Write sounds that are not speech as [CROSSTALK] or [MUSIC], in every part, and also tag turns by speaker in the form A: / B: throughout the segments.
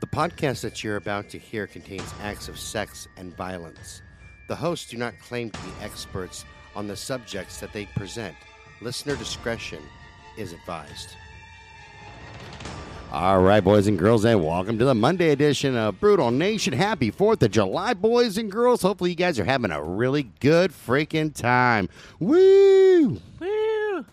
A: The podcast that you're about to hear contains acts of sex and violence. The hosts do not claim to be experts on the subjects that they present. Listener discretion is advised. All right, boys and girls, and welcome to the Monday edition of Brutal Nation. Happy 4th of July, boys and girls. Hopefully, you guys are having a really good freaking time. Woo!
B: Woo!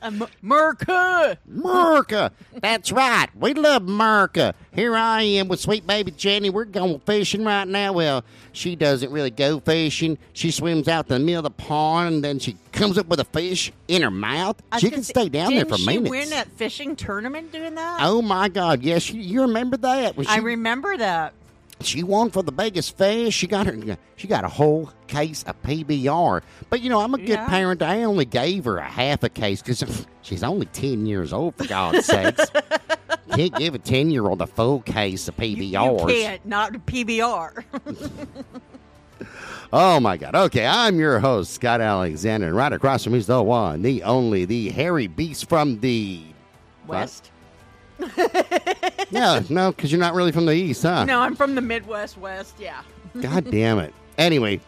B: Uh, Merca!
A: Merca. That's right. We love Merca. Here I am with sweet baby Jenny. We're going fishing right now. Well, she doesn't really go fishing. She swims out to the middle of the pond and then she comes up with a fish in her mouth. She can stay down there for
B: Didn't
A: minutes.
B: she win that fishing tournament doing that?
A: Oh my God! Yes, you, you remember that? When she,
B: I remember that.
A: she won for the biggest fish. She got her. She got a whole case of PBR. But you know, I'm a good
B: Yeah.
A: parent. I only gave her a half a case because [LAUGHS] she's only ten years old. For God's
B: [LAUGHS]
A: sakes, can't give a ten year old a full case of PBRs.
B: You can't, not [LAUGHS] PBR.
A: Oh my God. Okay, I'm your host, Scott Alexander, and right across from me is the one, the only, the hairy beast from
B: [LAUGHS]
A: the.
B: West?
A: No, no, because you're not really from the east, huh?
B: No, I'm from the Midwest West, yeah. [LAUGHS]
A: God damn it. Anyway,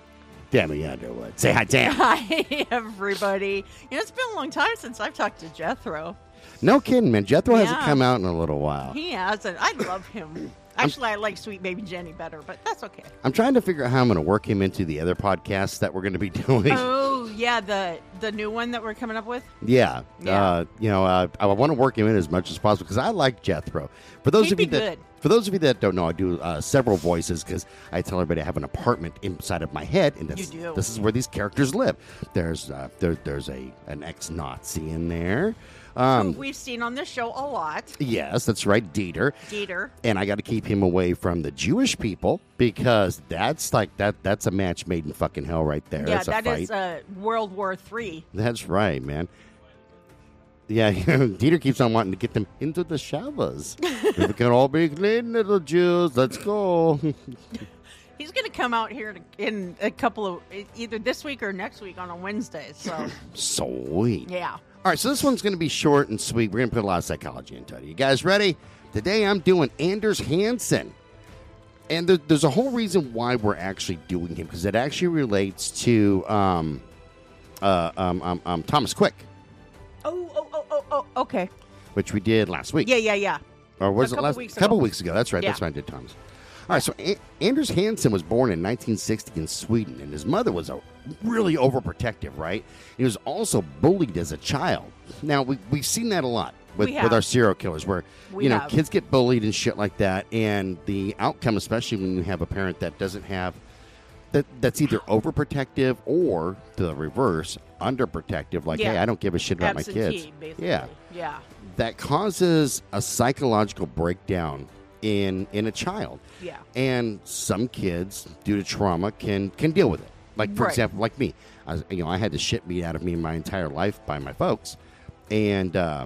A: Debbie Underwood, say hi, Deb.
B: [LAUGHS] Hi, everybody. You know, it's been a long time since I've talked to Jethro.
A: No kidding, man. Jethro hasn't
B: Yeah.
A: come out in a little while.
B: He hasn't. I love
A: [COUGHS]
B: him. Actually, I like Sweet Baby Jenny better, but that's okay.
A: I'm trying to figure out how I'm going to work him into the other podcasts that we're going to be [LAUGHS] doing.
B: Oh, yeah, the the new one that we're coming up with?
A: yeah.
B: Yeah.
A: Uh, you know, uh, I want to work him in as much as possible because I like Jethro. For those
B: He'd
A: of you
B: be
A: that.
B: good.
A: For those of you that don't know, I do uh, several voices because I tell everybody I have an apartment inside of my head, and this,
B: You do.
A: this is where these characters live. There's uh, there, there's a an ex Nazi in there. Um,
B: We've seen on this show a lot.
A: yes, that's right, Dieter.
B: Dieter.
A: and I got to keep him away from the Jewish people because that's like that. That's a match made in fucking hell right there.
B: yeah,
A: that's a
B: that
A: fight.
B: is uh, World War Three.
A: that's right, man. Yeah, [LAUGHS] Dieter keeps on wanting to get them into the showers. we can all be clean, little Jews. Let's go. [LAUGHS]
B: He's going to come out here in- in a couple of e, either this week or next week on a Wednesday. So [LAUGHS]
A: Sweet.
B: yeah,
A: All right, so this one's going to be short and sweet. We're going to put a lot of psychology into it. You guys ready? Today I'm doing Anders Hansen. And there, there's a whole reason why we're actually doing him because it actually relates to um, uh, um, um, um, Thomas Quick,
B: Oh, oh, oh, oh, oh. Okay.
A: which we did last week.
B: Yeah, yeah, yeah.
A: Or was it
B: A couple
A: last
B: weeks
A: couple
B: ago.
A: weeks ago? That's right.
B: Yeah.
A: That's right. I did Thomas. All right. So a- Anders Hansen was born in 1960 in Sweden, and his mother was a really overprotective. Right. He was also bullied as a child. Now we we've seen that a lot with,
B: We
A: with our
B: have.
A: serial killers, where
B: We
A: you know
B: have.
A: kids get bullied and shit like that, and the outcome, especially when you have a parent that doesn't have that that's either overprotective or the reverse, underprotective. Like,
B: Yeah.
A: hey, I don't give a shit about my kids.
B: Absentee, basically.
A: Yeah [LAUGHS]
B: yeah,
A: that causes a psychological breakdown in in a child.
B: Yeah.
A: And some kids, due to trauma, can can deal with it. Like for
B: Right.
A: example, like me, I was, you know, I had the shit beat out of me my entire life by my folks, and uh,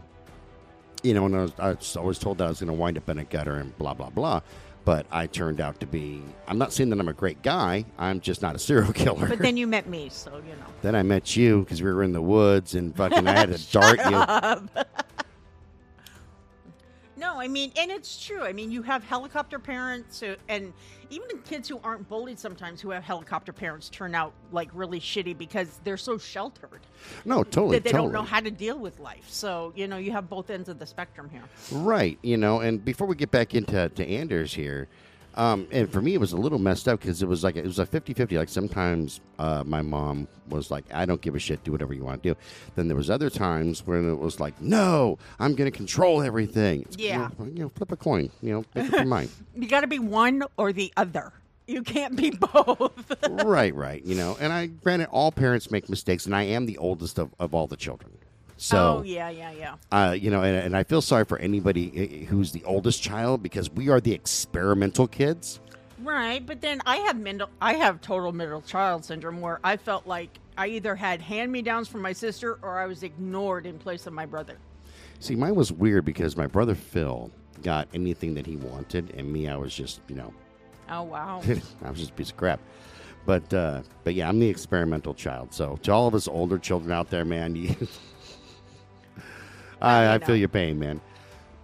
A: you know, and I was, I was always told that I was going to wind up in a gutter and blah blah blah. But I turned out to be. I'm not saying that I'm a great guy. I'm just not a serial [LAUGHS] killer.
B: But then you met me, so you know.
A: Then I met you because we were in the woods and fucking I had
B: [LAUGHS]
A: to dart you.
B: No, I mean, and it's true. I mean, you have helicopter parents, who, and even the kids who aren't bullied sometimes who have helicopter parents turn out like really shitty because they're so sheltered
A: No, totally.
B: that they
A: totally.
B: don't know how to deal with life. So you know, you have both ends of the spectrum here.
A: Right, you know, and before we get back into to Anders here, um, and for me it was a little messed up because it was like it was a 50-50. Like sometimes uh, my mom was like, "I don't give a shit, do whatever you want to do." Then there was other times when it was like, "No, I'm going to control everything." It's, you
B: Yeah.
A: know, you know, flip a coin, you know, make up your
B: [LAUGHS]
A: mind.
B: You got to be one or the other. You can't be [LAUGHS] both.
A: right, right, you know. And I granted, all parents make mistakes, and I am the oldest of, of all the children. So
B: oh yeah, yeah, yeah.
A: uh, you know, and, and I feel sorry for anybody uh, who's the oldest child because we are the experimental kids.
B: Right, but then I have mental I have total middle child syndrome where I felt like I either had hand-me-downs from my sister or I was ignored in place of my brother.
A: See, mine was weird because my brother Phil got anything that he wanted, and me, I was just, you know, [LAUGHS]
B: Oh wow.
A: I was just a piece of crap. But uh, but yeah, I'm the experimental child. So to all of us [LAUGHS] older children out there, man, [CLEARS THROAT] you, I, I feel your pain, man.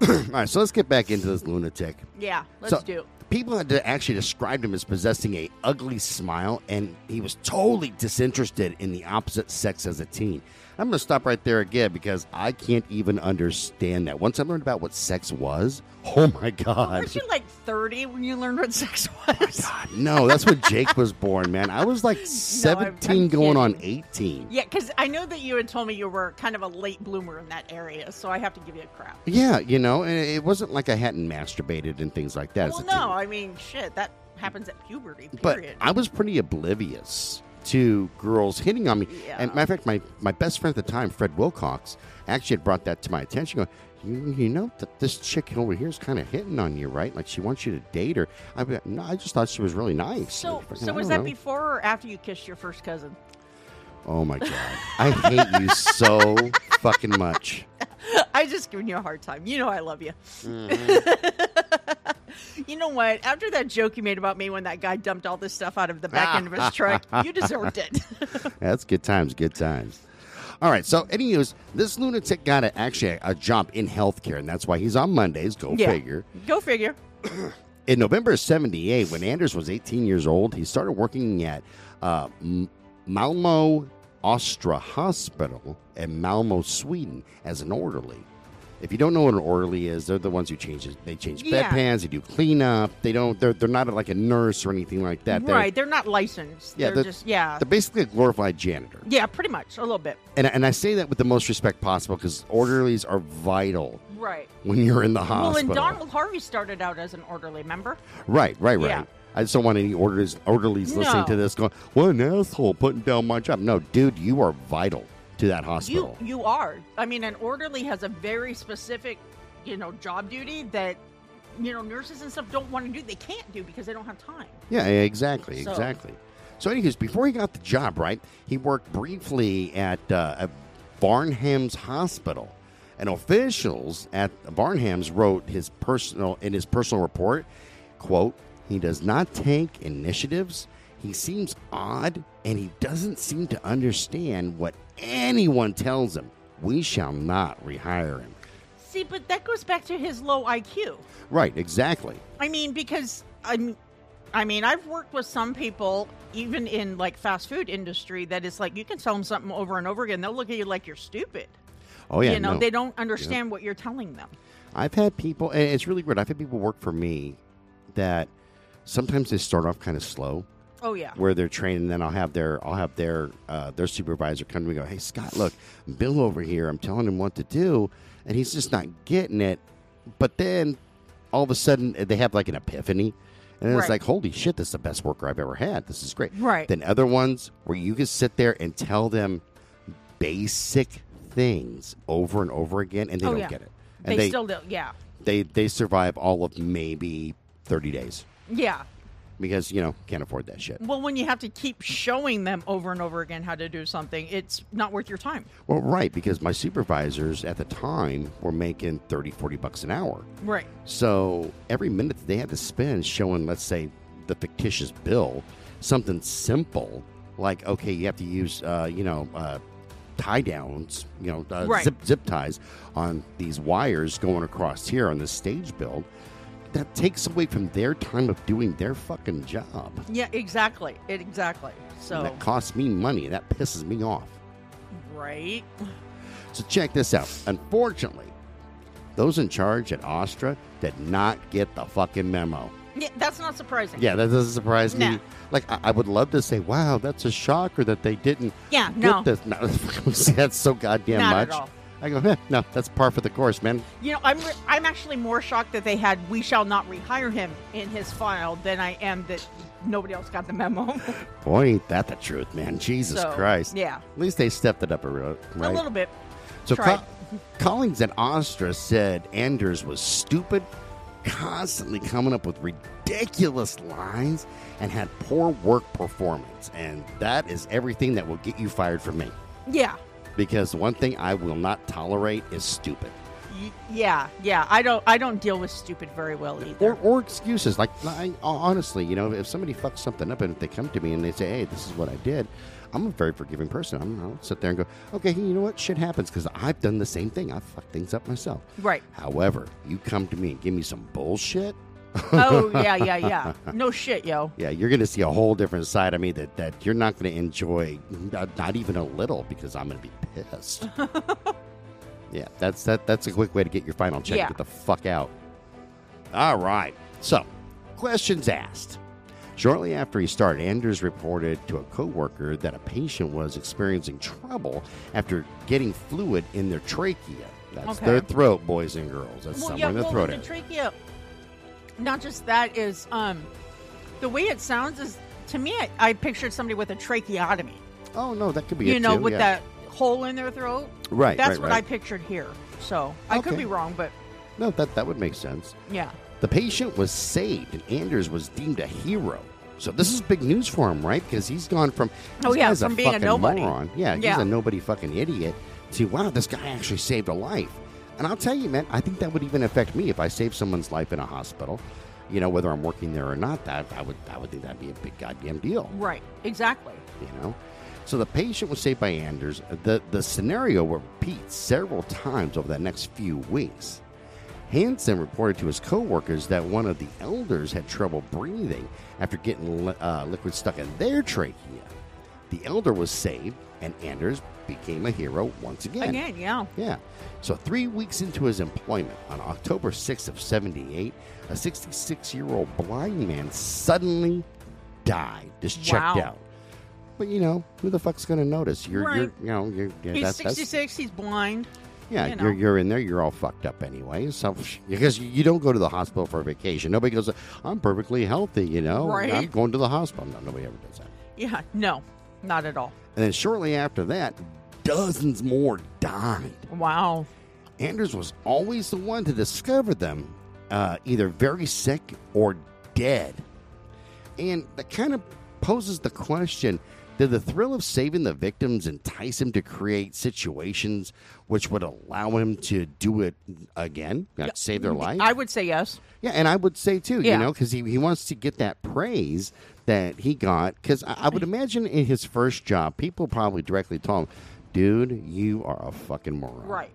A: All right, so let's get back into this lunatic.
B: Yeah, let's
A: So-
B: do. it.
A: People had actually described him as possessing a ugly smile, and he was totally disinterested in the opposite sex as a teen. I'm going to stop right there again because I can't even understand that. Once I learned about what sex was, oh my god!
B: Weren't you like 30 when you learned what sex [LAUGHS] was?
A: Oh God, [LAUGHS] no, that's when Jake was born, man. I
B: [LAUGHS]
A: was like 17 going on 18.
B: Yeah, because I know that you had told me you were kind of a late bloomer in that area, so I have to give you a crap.
A: Yeah, you know, and it wasn't like I hadn't masturbated and things like that. as
B: Well,
A: a
B: no,
A: teen.
B: I mean, shit, that happens at puberty,
A: but
B: period.
A: I was pretty oblivious to girls hitting on me.
B: Yeah.
A: And matter of fact, my, my best friend at the time, Fred Wilcox, actually had brought that to my attention. Going, you, you know that this chick over here is kind of hitting on you, right? Like she wants you to date her. I like, no, I just thought she was really nice.
B: so,
A: Like, I
B: so was
A: don't
B: that
A: know.
B: before or after you kissed your first cousin?
A: Oh my god, I hate you so fucking much.
B: I Uh, just giving you a hard time. You know I love you.
A: Mm-hmm.
B: [LAUGHS] you know what? After that joke you made about me when that guy dumped all this stuff out of the back end of
A: [LAUGHS]
B: his truck, you deserved it.
A: That's good times, good times. All right, so any news, this lunatic got a, actually a, a job in healthcare, and that's why he's on Mondays. Go
B: Yeah.
A: figure.
B: Go figure.
A: In November of 78, when Anders was 18 years old, he started working at uh, M- Malmo Ostra Hospital in Malmo, Sweden, as an orderly. If you don't know what an orderly is, they're the ones who change they change
B: Yeah.
A: bedpans, they do cleanup, they don't they're, they're not like a nurse or anything like that. They're,
B: right. They're not licensed.
A: Yeah,
B: they're,
A: they're-
B: just, yeah.
A: they're basically a glorified janitor.
B: yeah, pretty much. A little bit.
A: And, and I say that with the most respect possible because orderlies are vital
B: Right.
A: when you're in the
B: Well,
A: hospital.
B: and Donald Harvey started out as an orderly member.
A: Right, right, right.
B: Yeah.
A: I just don't want any orders, orderlies listening to
B: No.
A: this going, what an asshole putting down my job. No, dude, you are vital to that
B: You
A: hospital.
B: you are. I mean, an orderly has a very specific, you know, job duty that you know nurses and stuff don't want to do. They can't do because they don't have time.
A: yeah, e-, exactly,
B: So-
A: exactly. So, anyways, before he got the job, right, he worked briefly at, uh, at Barnham's Hospital. And officials at Barnham's wrote his personal in his personal report, quote, he does not take initiatives. He seems odd and he doesn't seem to understand what anyone tells him. We shall not rehire him.
B: See, but that goes back to his low IQ.
A: Right, exactly.
B: I mean, because I'm, I mean, I've worked with some people even in like fast food industry that it's like you can tell them something over and over again, they'll look at you like you're stupid.
A: Oh yeah,
B: you know,
A: no.
B: they don't understand what you're telling them.
A: I've had people, and it's really weird. I've had people work for me that sometimes they start off kind of slow,
B: Oh yeah.
A: where they're trained, and then I'll have their I'll have their uh, their supervisor come to me and go, "Hey Scott, look, Bill over here. I'm telling him what to do, and he's just not getting it." But then all of a sudden, eh, they have like an epiphany. And it's
B: Right.
A: like, holy shit, this is the best worker I've ever had. This is great.
B: Right.
A: Then other ones where you can sit there and tell them basic things over and over again, and they
B: Oh,
A: don't
B: yeah.
A: get it.
B: They,
A: And
B: still do. Yeah.
A: they they survive all of maybe 30 days
B: Yeah.
A: because you know can't afford that shit
B: Well, when you have to keep showing them over and over again how to do something, it's not worth your time.
A: well right because my supervisors at the time were making 30 40 bucks an hour
B: Right.
A: so every minute that they had to spend showing let's say the fictitious bill something simple like okay you have to use uh, you know uh, tie downs you know uh,
B: Right.
A: zip, zip ties on these wires going across here on this stage build that takes away from their time of doing their fucking job
B: Yeah, exactly. It, exactly.
A: And
B: So,
A: That costs me money. and That pisses me off.
B: right.
A: So check this out. Unfortunately, those in charge at Astra did not get the fucking memo.
B: Yeah, that's not surprising.
A: Yeah, that doesn't surprise
B: Nah.
A: me. Like I, I would love to say, "Wow, that's a shocker that they didn't."
B: Yeah,
A: get
B: no.
A: this." No, [LAUGHS] that's so goddamn
B: Not at
A: much.
B: all.
A: I go, "Heh, no, that's par for the course, man.
B: You know, I'm re- I'm actually more shocked that they had "We shall not rehire him" in his file than I am that nobody else got the memo. [LAUGHS]
A: Boy, ain't that the truth, man? Jesus
B: So,
A: Christ!
B: yeah.
A: At least they stepped it up a road, right?
B: A little bit.
A: So
B: Try
A: Co- Collins and Ostra said Anders was stupid, constantly coming up with ridiculous lies, and had poor work performance. And that is everything that will get you fired from me.
B: Yeah.
A: Because the one thing I will not tolerate is stupid.
B: y- yeah, yeah. I don't I don't deal with stupid very well either.
A: or, or excuses. Like, I, honestly, you know, if somebody fucks something up and if they come to me and they say, hey, this is what I did, I'm a very forgiving person. I'm, I'll sit there and go, okay, you know what? Shit happens because I've done the same thing. I've fucked things up myself. [LAUGHS]
B: right.
A: However, you come to me and give me some bullshit.
B: Oh yeah, yeah, yeah. No shit, yo.
A: Yeah, you're going to see a whole different side of me that, that you're not going to enjoy, not, not even a little, because I'm going to be pissed.
B: [LAUGHS]
A: yeah, that's that. That's a quick way to get your final check.
B: Yeah.
A: Get the fuck out. All right. So, questions asked. Shortly after he started, Anders reported to a coworker that a patient was experiencing trouble after getting fluid in their trachea. That's
B: Okay.
A: their throat, boys and girls. That's
B: Well,
A: somewhere
B: yeah.
A: in the
B: Well,
A: throat.
B: with the
A: area.
B: trachea. Not just that is um, the way it sounds is to me. I, I pictured somebody with a tracheotomy.
A: oh no, that could be
B: You
A: it
B: know,
A: too,
B: with
A: yeah.
B: that hole in their throat.
A: Right.
B: That's
A: right,
B: what
A: right.
B: I pictured here. So I could
A: Okay.
B: be wrong, but
A: No, that that would make sense.
B: yeah.
A: The patient was saved, and Anders was deemed a hero. So this is big news for him, right? Because he's gone from
B: Oh,
A: this
B: yeah,
A: guy's
B: from being a
A: fucking
B: nobody.
A: moron. Yeah, he's
B: Yeah.
A: a nobody fucking idiot. To wow, this guy actually saved a life. And I'll tell you, man, I think that would even affect me if I saved someone's life in a hospital. You know, whether I'm working there or not, that I would I would think that'd be a big goddamn deal
B: Right. Exactly.
A: you know. So the patient was saved by Anders. The the scenario repeats several times over the next few weeks. Hansen reported to his coworkers that one of the elders had trouble breathing after getting li- uh, liquid stuck in their trachea. The elder was saved, and Anders became a hero once again.
B: Again, yeah.
A: Yeah. So three weeks into his employment, on October 6th of 78, a 66-year-old blind man suddenly died, just checked
B: Wow.
A: out. But you know, who the fuck's gonna notice? You're, you're
B: Right.
A: you know, you're yeah,
B: He's
A: that's- that's-
B: 66. He's blind.
A: yeah,
B: you
A: you
B: know.
A: are you're in there. You're all fucked up anyway. So because you- you don't go to the hospital for a vacation, nobody goes. I'm perfectly healthy, you know.
B: Right.
A: I'm going to the hospital. No, nobody ever does that.
B: Yeah. No, not at all.
A: And then shortly after that, dozens more died.
B: Wow.
A: Anders was always the one to discover them, uh, either very sick or dead. And that kind of poses the question did the thrill of saving the victims entice him to create situations which would allow him to do it again, like save their life?
B: I would say yes.
A: yeah, and I would say too,
B: Yeah.
A: you know, because he, he wants to get that praise that he got. Because I, I would imagine in his first job, people probably directly told him, dude, you are a fucking moron
B: Right.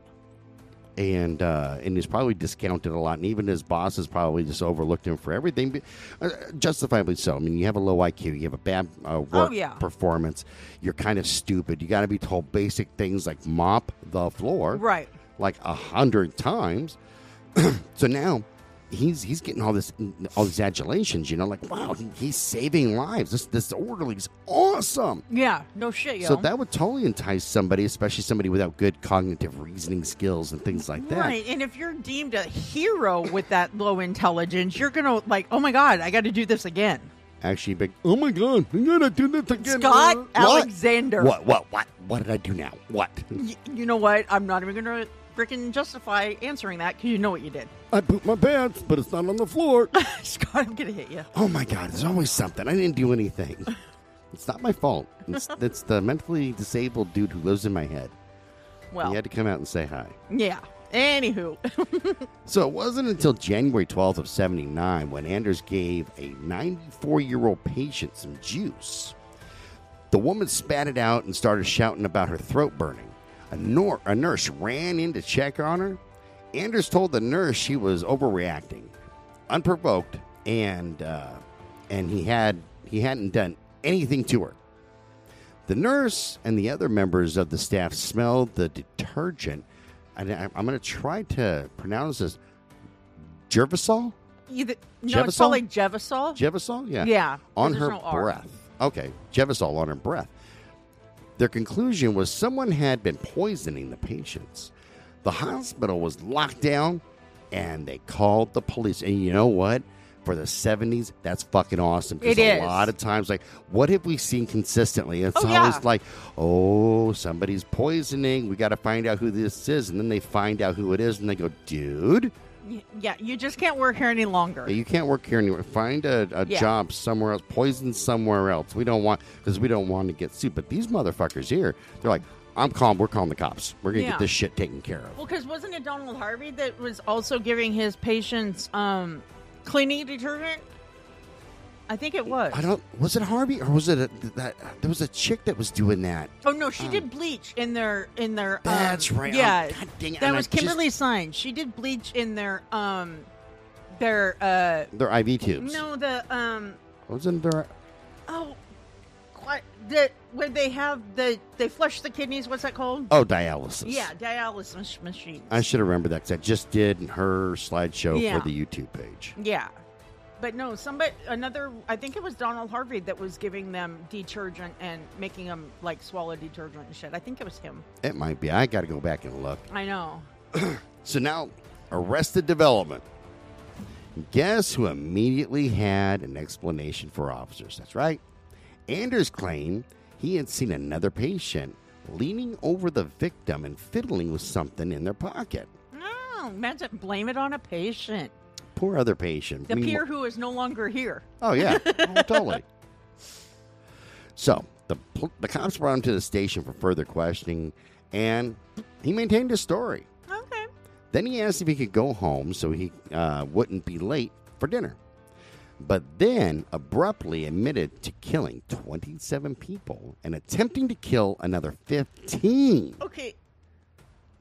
A: and uh, and he's probably discounted a lot, and even his boss has probably just overlooked him for everything, but, uh, justifiably so. I mean, you have a low IQ, you have a bad uh, work
B: Oh, yeah.
A: performance, you're kind of stupid. You got to be told basic things like mop the floor,
B: Right.
A: like a hundred times. [CLEARS THROAT] so now he's he's getting all this all these adulations, you know, like wow, he, he's saving lives. This this orderly's awesome.
B: Yeah. No shit, yo.
A: So that would totally entice somebody, especially somebody without good cognitive reasoning skills and things like that.
B: Right, and if you're deemed a hero with that low intelligence, you're gonna like, oh my god, I got to do this again.
A: actually big. Oh my god, I'm gonna do this again.
B: Scott
A: Uh, what?
B: Alexander.
A: What? What? What? What did I do now? What?
B: Y- you know what? I'm not even gonna freaking justify answering that because you know what you did. [LAUGHS]
A: I pooped my pants, but it's not on the floor.
B: Scott, I'm gonna hit you.
A: oh my god, there's always something. I didn't do anything. It's not my fault.
B: [LAUGHS]
A: It's, it's the mentally disabled dude who lives in my head.
B: Well,
A: He had to come out and say hi.
B: yeah. Anywho, [LAUGHS]
A: So it wasn't until January 12th of 79 when Anders gave a 94-year-old patient some juice. The woman spat it out and started shouting about her throat burning. A, nor- a nurse ran in to check on her. Anders told the nurse she was overreacting, unprovoked, and uh, and he had he hadn't done anything to her. The nurse and the other members of the staff smelled the detergent, and I, I'm going to try to pronounce this Gervasol.
B: either no, it's
A: Jevasol?
B: probably Jevasol.
A: Jevasol, yeah,
B: Yeah, 'cause
A: on
B: there's
A: her
B: no R.
A: breath. Okay, Jevasol on her breath. Their conclusion was someone had been poisoning the patients. The hospital was locked down, and they called the police. And you know what? For the 70s, that's fucking awesome. 'cause
B: It
A: a
B: is.
A: lot of times, like, what have we seen consistently? It's
B: Oh,
A: always
B: yeah.
A: like, oh, somebody's poisoning. We got to find out who this is. And then they find out who it is, and they go, dude,
B: Y- yeah, you just can't work here any longer.
A: you can't work here anymore. Find a, a
B: Yeah.
A: job somewhere else. Poison somewhere else. We don't want because we don't want to get sued. But these motherfuckers here, they're like, I'm calling. We're calling the cops. We're gonna
B: Yeah.
A: get this shit taken care of.
B: Well, because wasn't it Donald Harvey that was also giving his patients um, cleaning detergent? I think it was.
A: I don't. Was it Harvey or was it a, that? There was a chick that was doing that.
B: Oh no, she
A: Um,
B: did bleach in their in their. um,
A: That's right. Oh,
B: Yeah,
A: God dang it,
B: that
A: and I
B: was
A: just-
B: Kimberly Sines. She did bleach in their um, their uh,
A: Their IV tubes.
B: no the um,
A: Wasn't there?
B: oh, what the where they have the they flush the kidneys. What's that called?
A: Oh, dialysis.
B: Yeah, dialysis machine.
A: I should remember that because I just did her slideshow
B: Yeah.
A: for the YouTube page.
B: Yeah. But no, somebody, another, I think it was Donald Harvey that was giving them detergent and making them like swallow detergent and shit. I think it was him.
A: It might be. I got to go back and look.
B: I know.
A: So now, Arrested Development. Guess who immediately had an explanation for officers? That's right. Anders claimed he had seen another patient leaning over the victim and fiddling with something in their pocket.
B: No, imagine blame it on a patient.
A: Poor other patient.
B: The
A: Meanwhile-
B: peer who is no longer here.
A: Oh
B: [LAUGHS]
A: yeah, oh, totally. So the pl- the cops brought him to the station for further questioning, and he maintained his story.
B: Okay.
A: Then he asked if he could go home so he uh, wouldn't be late for dinner, but then abruptly admitted to killing 27 people and attempting to kill another 15.
B: Okay.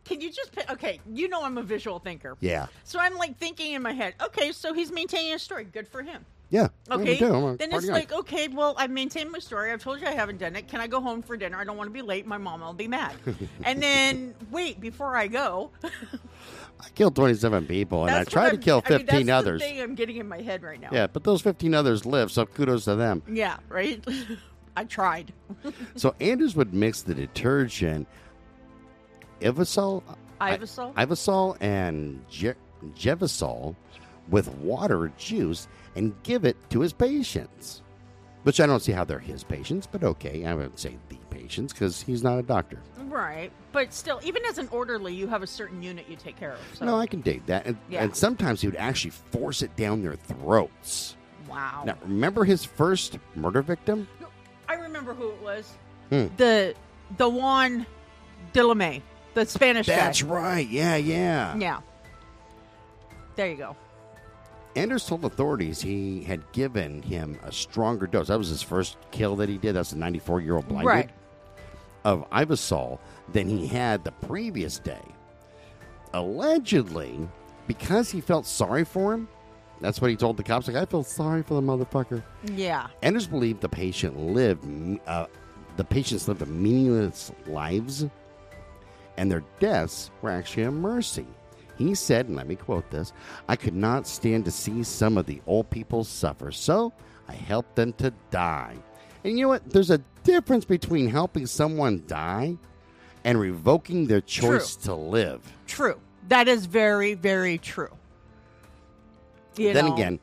B: Can you just, pi- okay, you know I'm a visual thinker.
A: Yeah,
B: So I'm like thinking in my head, okay, so he's maintaining a story. Good for him.
A: yeah. yeah, me
B: Okay.
A: too. I'm a
B: then
A: party
B: it's
A: guy.
B: like, okay, well, I've maintained my story. I've told you I haven't done it. Can I go home for dinner? I don't want to be late. My mom will
A: [LAUGHS]
B: be mad. and then, wait, before I go,
A: I killed 27 people and I
B: [LAUGHS] that's what
A: tried to
B: I'm-
A: kill
B: I
A: 15
B: mean, that's the
A: others.
B: thing I'm getting in my head right now.
A: Yeah, but those 15 others lived, so kudos to them.
B: Yeah, right? [LAUGHS] I tried.
A: So Anders would mix the detergent, Ivasol,
B: Ivasol?
A: Ivasol, and Je- Jevasol with water or juice and give it to his patients. Which I don't see how they're his patients, but okay, I would say the patients because he's not a doctor.
B: right. But still, even as an orderly, you have a certain unit you take care of. So.
A: No, I can dig that. And,
B: Yeah.
A: and sometimes he would actually force it down their throats.
B: wow.
A: Now, remember his first murder victim?
B: No, I remember who it was.
A: Hmm.
B: The the Juan Dilamay, the Spanish
A: That's
B: guy.
A: right. Yeah, yeah.
B: Yeah. There you go.
A: Anders told authorities he had given him a stronger dose. That was his first kill that he did. That's a 94 year old blinded
B: Right.
A: of Ivasol than he had the previous day. Allegedly, because he felt sorry for him, that's what he told the cops. Like, I feel sorry for the motherfucker.
B: Yeah.
A: Anders believed the patient lived, uh, the patients lived meaningless lives, and their deaths were actually a mercy. He said, and let me quote this: "I could not stand to see some of the old people suffer, so I helped them to die." And you know what? There's a difference between helping someone die and revoking their choice to live.
B: True. That is very, very true. You
A: then
B: know?
A: again,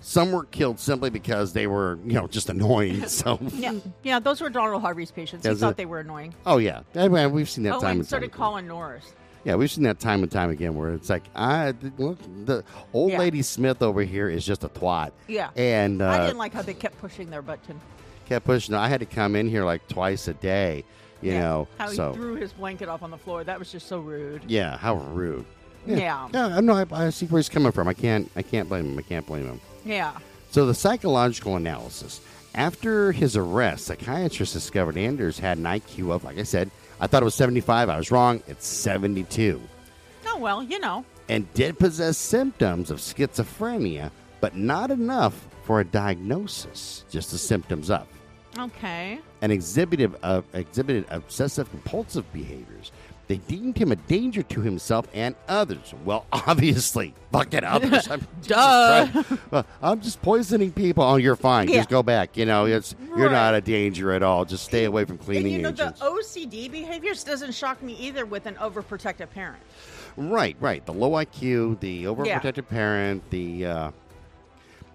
A: some were killed simply because they were, you know, just annoying. [LAUGHS] So
B: Yeah, yeah, those were Donald Harvey's patients. He
A: Does
B: thought
A: it-
B: they were annoying.
A: Oh yeah, I mean, we've seen that
B: oh,
A: time
B: and
A: and
B: so
A: time.
B: did
A: again.
B: Colin Norris.
A: Yeah, we've seen that time and time again where it's like, I look, the old
B: Yeah.
A: lady Smith over here is just a twat.
B: Yeah.
A: and uh,
B: I didn't like how they kept pushing their button.
A: kept pushing. I had to come in here like twice a day, you
B: Yeah.
A: know.
B: how
A: so
B: he threw his blanket off on the floor. That was just so rude.
A: yeah, how rude.
B: Yeah.
A: yeah. No, I, I see where he's coming from. I can't, I can't blame him. I can't blame him.
B: Yeah.
A: So the psychological analysis. After his arrest, psychiatrists discovered Anders had an IQ of, like I said, I thought it was 75. I was wrong. It's 72.
B: Oh well, you know.
A: and did possess symptoms of schizophrenia, but not enough for a diagnosis, just the symptoms of.
B: Okay.
A: And exhibited, of exhibited obsessive compulsive behaviors. They deemed him a danger to himself and others. Well, [LAUGHS] obviously, fucking others.
B: [LAUGHS]
A: I'm, Jesus
B: Duh.
A: Christ. Well, I'm just poisoning people. Oh, you're fine.
B: Yeah.
A: Just go back. You know, it's, you're
B: Right.
A: not a danger at all. Just stay away from
B: And
A: cleaning
B: you know
A: agents.
B: the OCD behaviors doesn't shock me either with an overprotective parent.
A: Right, right. The low IQ, the overprotective parent, the uh,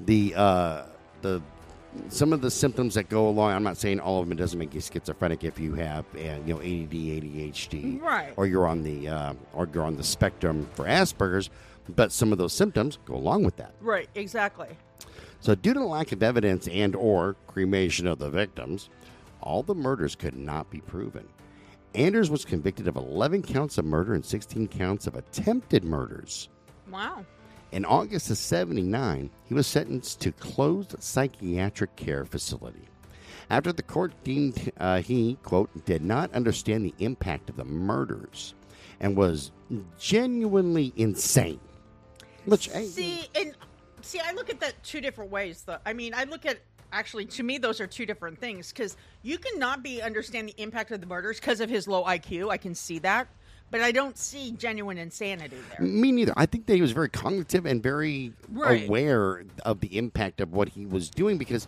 A: the uh, the some of the symptoms that go along. I'm not saying all of them. It doesn't make you schizophrenic if you have uh, you know ADD, ADHD,
B: Right.
A: Or you're on the uh, or you're on the spectrum for Asperger's. But some of those symptoms go along with that.
B: Right. Exactly.
A: So, due to the lack of evidence and/or cremation of the victims, all the murders could not be proven. Anders was convicted of 11 counts of murder and 16 counts of attempted murders.
B: Wow.
A: In August of 79, he was sentenced to closed psychiatric care facility. After the court deemed uh, he, quote, did not understand the impact of the murders and was genuinely insane. Which, hey,
B: See, and see, I look at that two different ways. Though, I mean, I look at actually to me those are two different things because you cannot be understand the impact of the murders because of his low IQ. I can see that, but I don't see genuine insanity there.
A: me neither. I think that he was very cognitive and very
B: Right.
A: aware of the impact of what he was doing because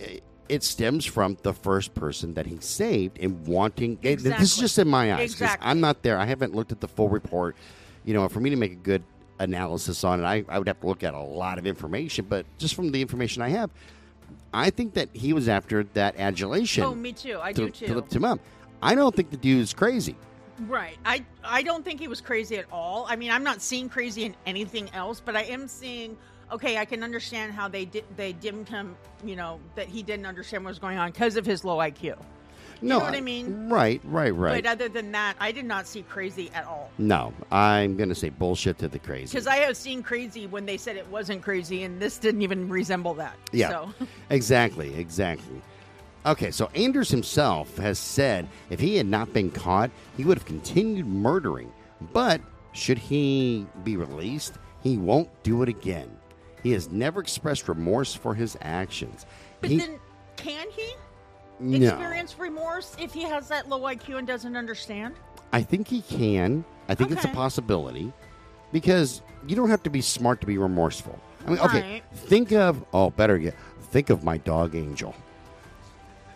A: i- it stems from the first person that he saved and wanting. and This is
B: Exactly.
A: just in my eyes. 'cause
B: Exactly.
A: I'm not there. I haven't looked at the full report. You know, for me to make a good analysis on it, I, I would have to look at a lot of information. But just from the information I have, I think that he was after that adulation
B: Oh, me too. I
A: to,
B: do too.
A: to lift him up. I don't think the dude's crazy.
B: Right. I I don't think he was crazy at all. I mean, I'm not seeing crazy in anything else, but I am seeing okay, I can understand how they did they dimmed him, you know, that he didn't understand what was going on because of his low IQ.
A: No,
B: know what I mean?
A: Right, right, right.
B: But other than that, I did not see crazy at all.
A: No, I'm going to say bullshit to the crazy.
B: Because I have seen crazy when they said it wasn't crazy, and this didn't even resemble that.
A: yeah,
B: So, [LAUGHS]
A: exactly, exactly. Okay, so Anders himself has said if he had not been caught, he would have continued murdering. But should he be released, he won't do it again. He has never expressed remorse for his actions.
B: but
A: He-
B: then can he
A: no.
B: experience remorse if he has that low IQ and doesn't understand?
A: I think he can. I think it's a
B: Okay.
A: possibility because you don't have to be smart to be remorseful. I mean, okay,
B: Right.
A: think of oh, better yet, think of my dog Angel.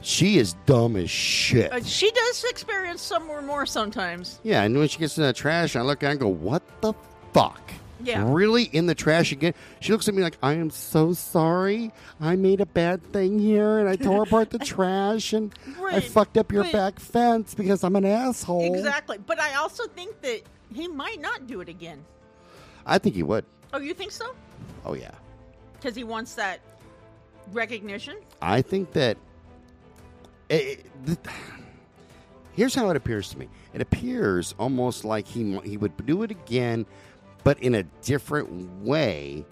A: She is dumb as shit.
B: Uh, she does experience some remorse sometimes.
A: yeah, and when she gets in the trash, I look at her and go, "What the fuck."
B: Yeah.
A: Really in the trash again. She looks at me like, I am so sorry. I made a bad thing here and I tore apart
B: [LAUGHS]
A: the trash and I
B: Right,
A: fucked up your
B: but-
A: back fence because I'm an asshole.
B: Exactly. But I also think that he might not do it again.
A: I think you would.
B: Oh, you think so?
A: Oh, yeah.
B: Because he wants that recognition?
A: I think that it, it- th- here's how it appears to me. It appears almost like he mo- he would do it again, but in a different way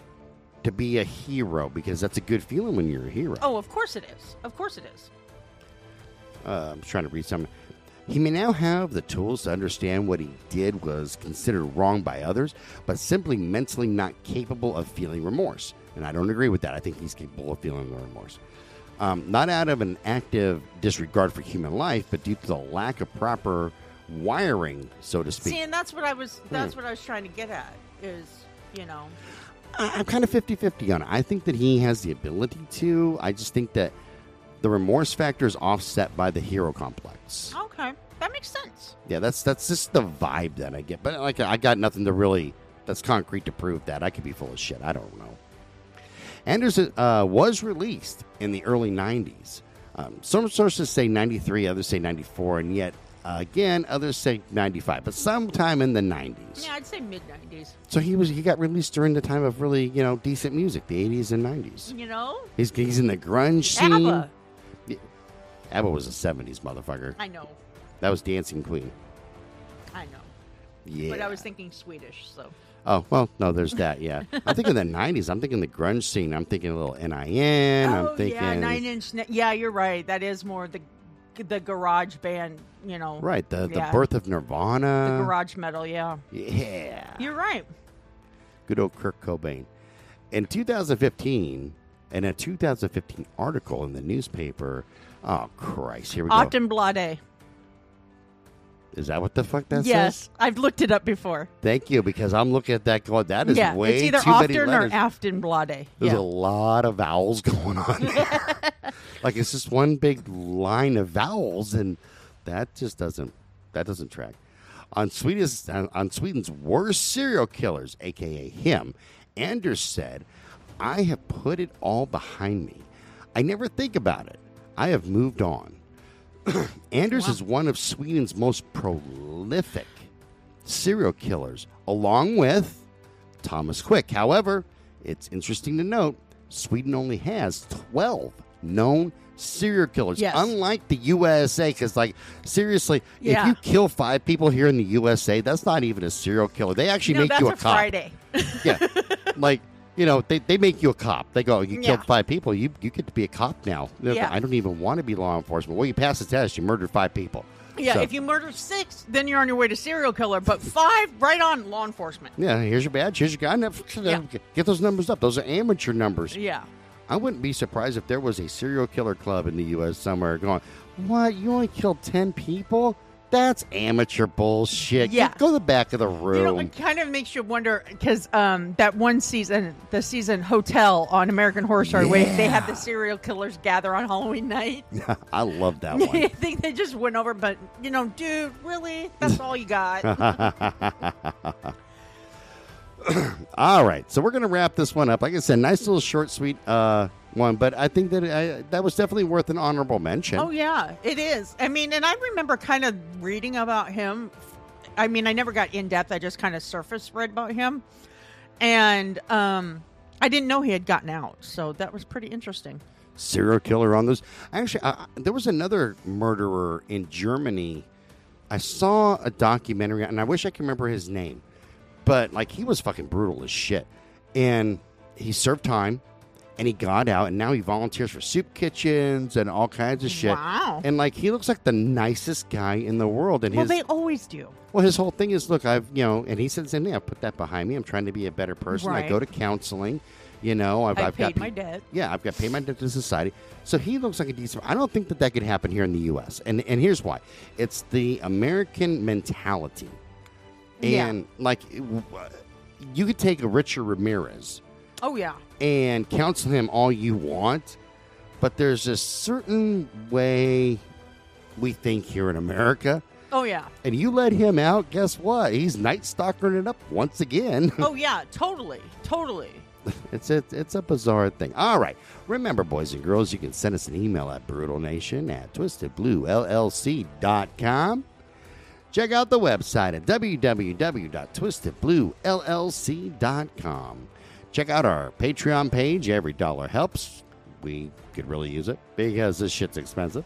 A: to be a hero because that's a good feeling when you're a hero.
B: Oh, of course it is. Of course it is.
A: Uh, I'm trying to read something. He may now have the tools to understand what he did was considered wrong by others, but simply mentally not capable of feeling remorse. And I don't agree with that. I think he's capable of feeling the remorse. Um, not out of an active disregard for human life, but due to the lack of proper wiring, so to speak.
B: See, and that's what I was
A: Hmm.
B: that's what I was trying to get at is, you know,
A: I- I'm kind of 50 50 on it. I think that he has the ability to. I just think that the remorse factor is offset by the hero complex.
B: okay. That makes sense.
A: Yeah, that's that's just the vibe that I get. But like, I got nothing to really that's concrete to prove that. I could be full of shit. I don't know. Anders uh, was released in the early '90s. Um, some sources say '93, others say '94, and yet uh, again others say '95. But sometime in the '90s.
B: Yeah, I'd say mid nineties.
A: So he was he got released during the time of really you know decent music, the '80s and '90s.
B: You know?
A: He's he's in the grunge scene.
B: ABBA.
A: ABBA was a '70s motherfucker.
B: I know.
A: That was Dancing Queen.
B: I know.
A: Yeah.
B: But I was thinking Swedish, so
A: Oh well, no, there's that. Yeah, I'm thinking the '90s. I'm thinking the grunge scene. I'm thinking a little NIN.
B: Oh
A: I'm thinking
B: yeah, nine inch Na- yeah, you're right. That is more the the garage band, you know.
A: right uh. the the
B: yeah.
A: birth of
B: the
A: Nirvana.
B: garage metal, yeah.
A: Yeah,
B: You're right.
A: good old Kurt Cobain. In 2015, in a 2015 article in the newspaper. Oh Christ! Here we go.
B: Aftonbladet.
A: Is that what the fuck that
B: Yes,
A: says?
B: I've looked it up before.
A: Thank you, because I'm looking at that going. That is
B: yeah,
A: way
B: it's either
A: too many
B: Afton or
A: letters.
B: Aftonbladet.
A: There's
B: Yeah.
A: a lot of vowels [LAUGHS] going on there. like it's just one big line of vowels, and that just doesn't that doesn't track. On Sweden's on Sweden's worst serial killers, aka him, Anders said, "I have put it all behind me. I never think about it. I have moved on." Anders is one of Sweden's most prolific serial killers, along with Thomas Quick. However, it's interesting to note Sweden only has 12 known serial killers.
B: Yes.
A: Unlike the USA, because like seriously,
B: Yeah.
A: if you kill five people here in the USA, that's not even a serial killer. They actually
B: no,
A: make
B: that's
A: you
B: a,
A: a, cop.
B: Friday.
A: Yeah, like. You know, they, they make you a cop. They go, you
B: Yeah.
A: killed five people. You you get to be a cop now.
B: Yeah.
A: I don't even want to be law enforcement. Well, you passed the test. You murdered five people.
B: Yeah,
A: So-
B: if you murder six, then you're on your way to serial killer. But five, right on law enforcement.
A: Yeah, here's your badge. Here's your guy.
B: Yeah.
A: Get those numbers up. Those are amateur numbers.
B: Yeah.
A: I wouldn't be surprised if there was a serial killer club in the U.S. somewhere going, What? You only killed 10 people? That's amateur bullshit.
B: Yeah.
A: Go to the back of the room. [LAUGHS]
B: You know, it kind of makes you wonder because um, that one season, the season Hotel on American Horror Story, where they had the serial killers gather on Halloween night. [LAUGHS]
A: I love that
B: I
A: one.
B: think they just went over, but you know, dude, really? That's all you got?
A: All right. So we're going to wrap this one up. Like I said, nice little short, sweet uh, one, but I think that I, that was definitely worth an honorable mention.
B: oh yeah, it is. I mean, and I remember kind of reading about him. I mean, I never got in depth. I just kind of surface read about him, and um, I didn't know he had gotten out. So that was pretty interesting.
A: serial killer on those. Actually, I, I- there was another murderer in Germany. I saw a documentary, and I wish I could remember his name, but like he was fucking brutal as shit. And he served time, and he got out, and now he volunteers for soup kitchens and all kinds of shit.
B: Wow.
A: And like he looks like the nicest guy in the world, and
B: well,
A: his
B: they always do.
A: well, his whole thing is, look, I've you know, and he said the same thing. I put that behind me. I'm trying to be a better person. I
B: Right.
A: go to counseling. You know, I've,
B: I
A: I've got
B: paid my
A: pe-
B: debt.
A: Yeah, I've got paid my debt to society. So he looks like a decent. I don't think that that could happen here in the U.S. And and here's why: it's the American mentality,
B: Yeah.
A: and like it w- you could take a Richard Ramirez
B: Oh yeah.
A: and counsel him all you want, but there's a certain way we think here in America
B: Oh yeah.
A: and you let him out, guess what? He's night stalking it up once again. [LAUGHS]
B: Oh yeah. Totally. Totally.
A: it's a, it's a bizarre thing. All right. Remember, boys and girls, you can send us an email at brutalnation at twistedbluellc.com. Check out the website at www.twistedbluellc.com. Check out our Patreon page. Every dollar helps. We could really use it because this shit's expensive.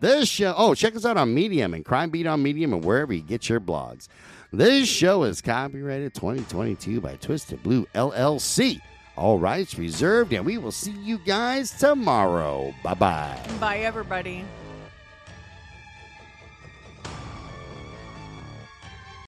A: This show, oh, check us out on Medium and Crime Beat on Medium and wherever you get your blogs. This show is copyrighted 2022 by Twisted Blue LLC. All rights reserved, and we will see you guys tomorrow. Bye bye.
B: Bye everybody.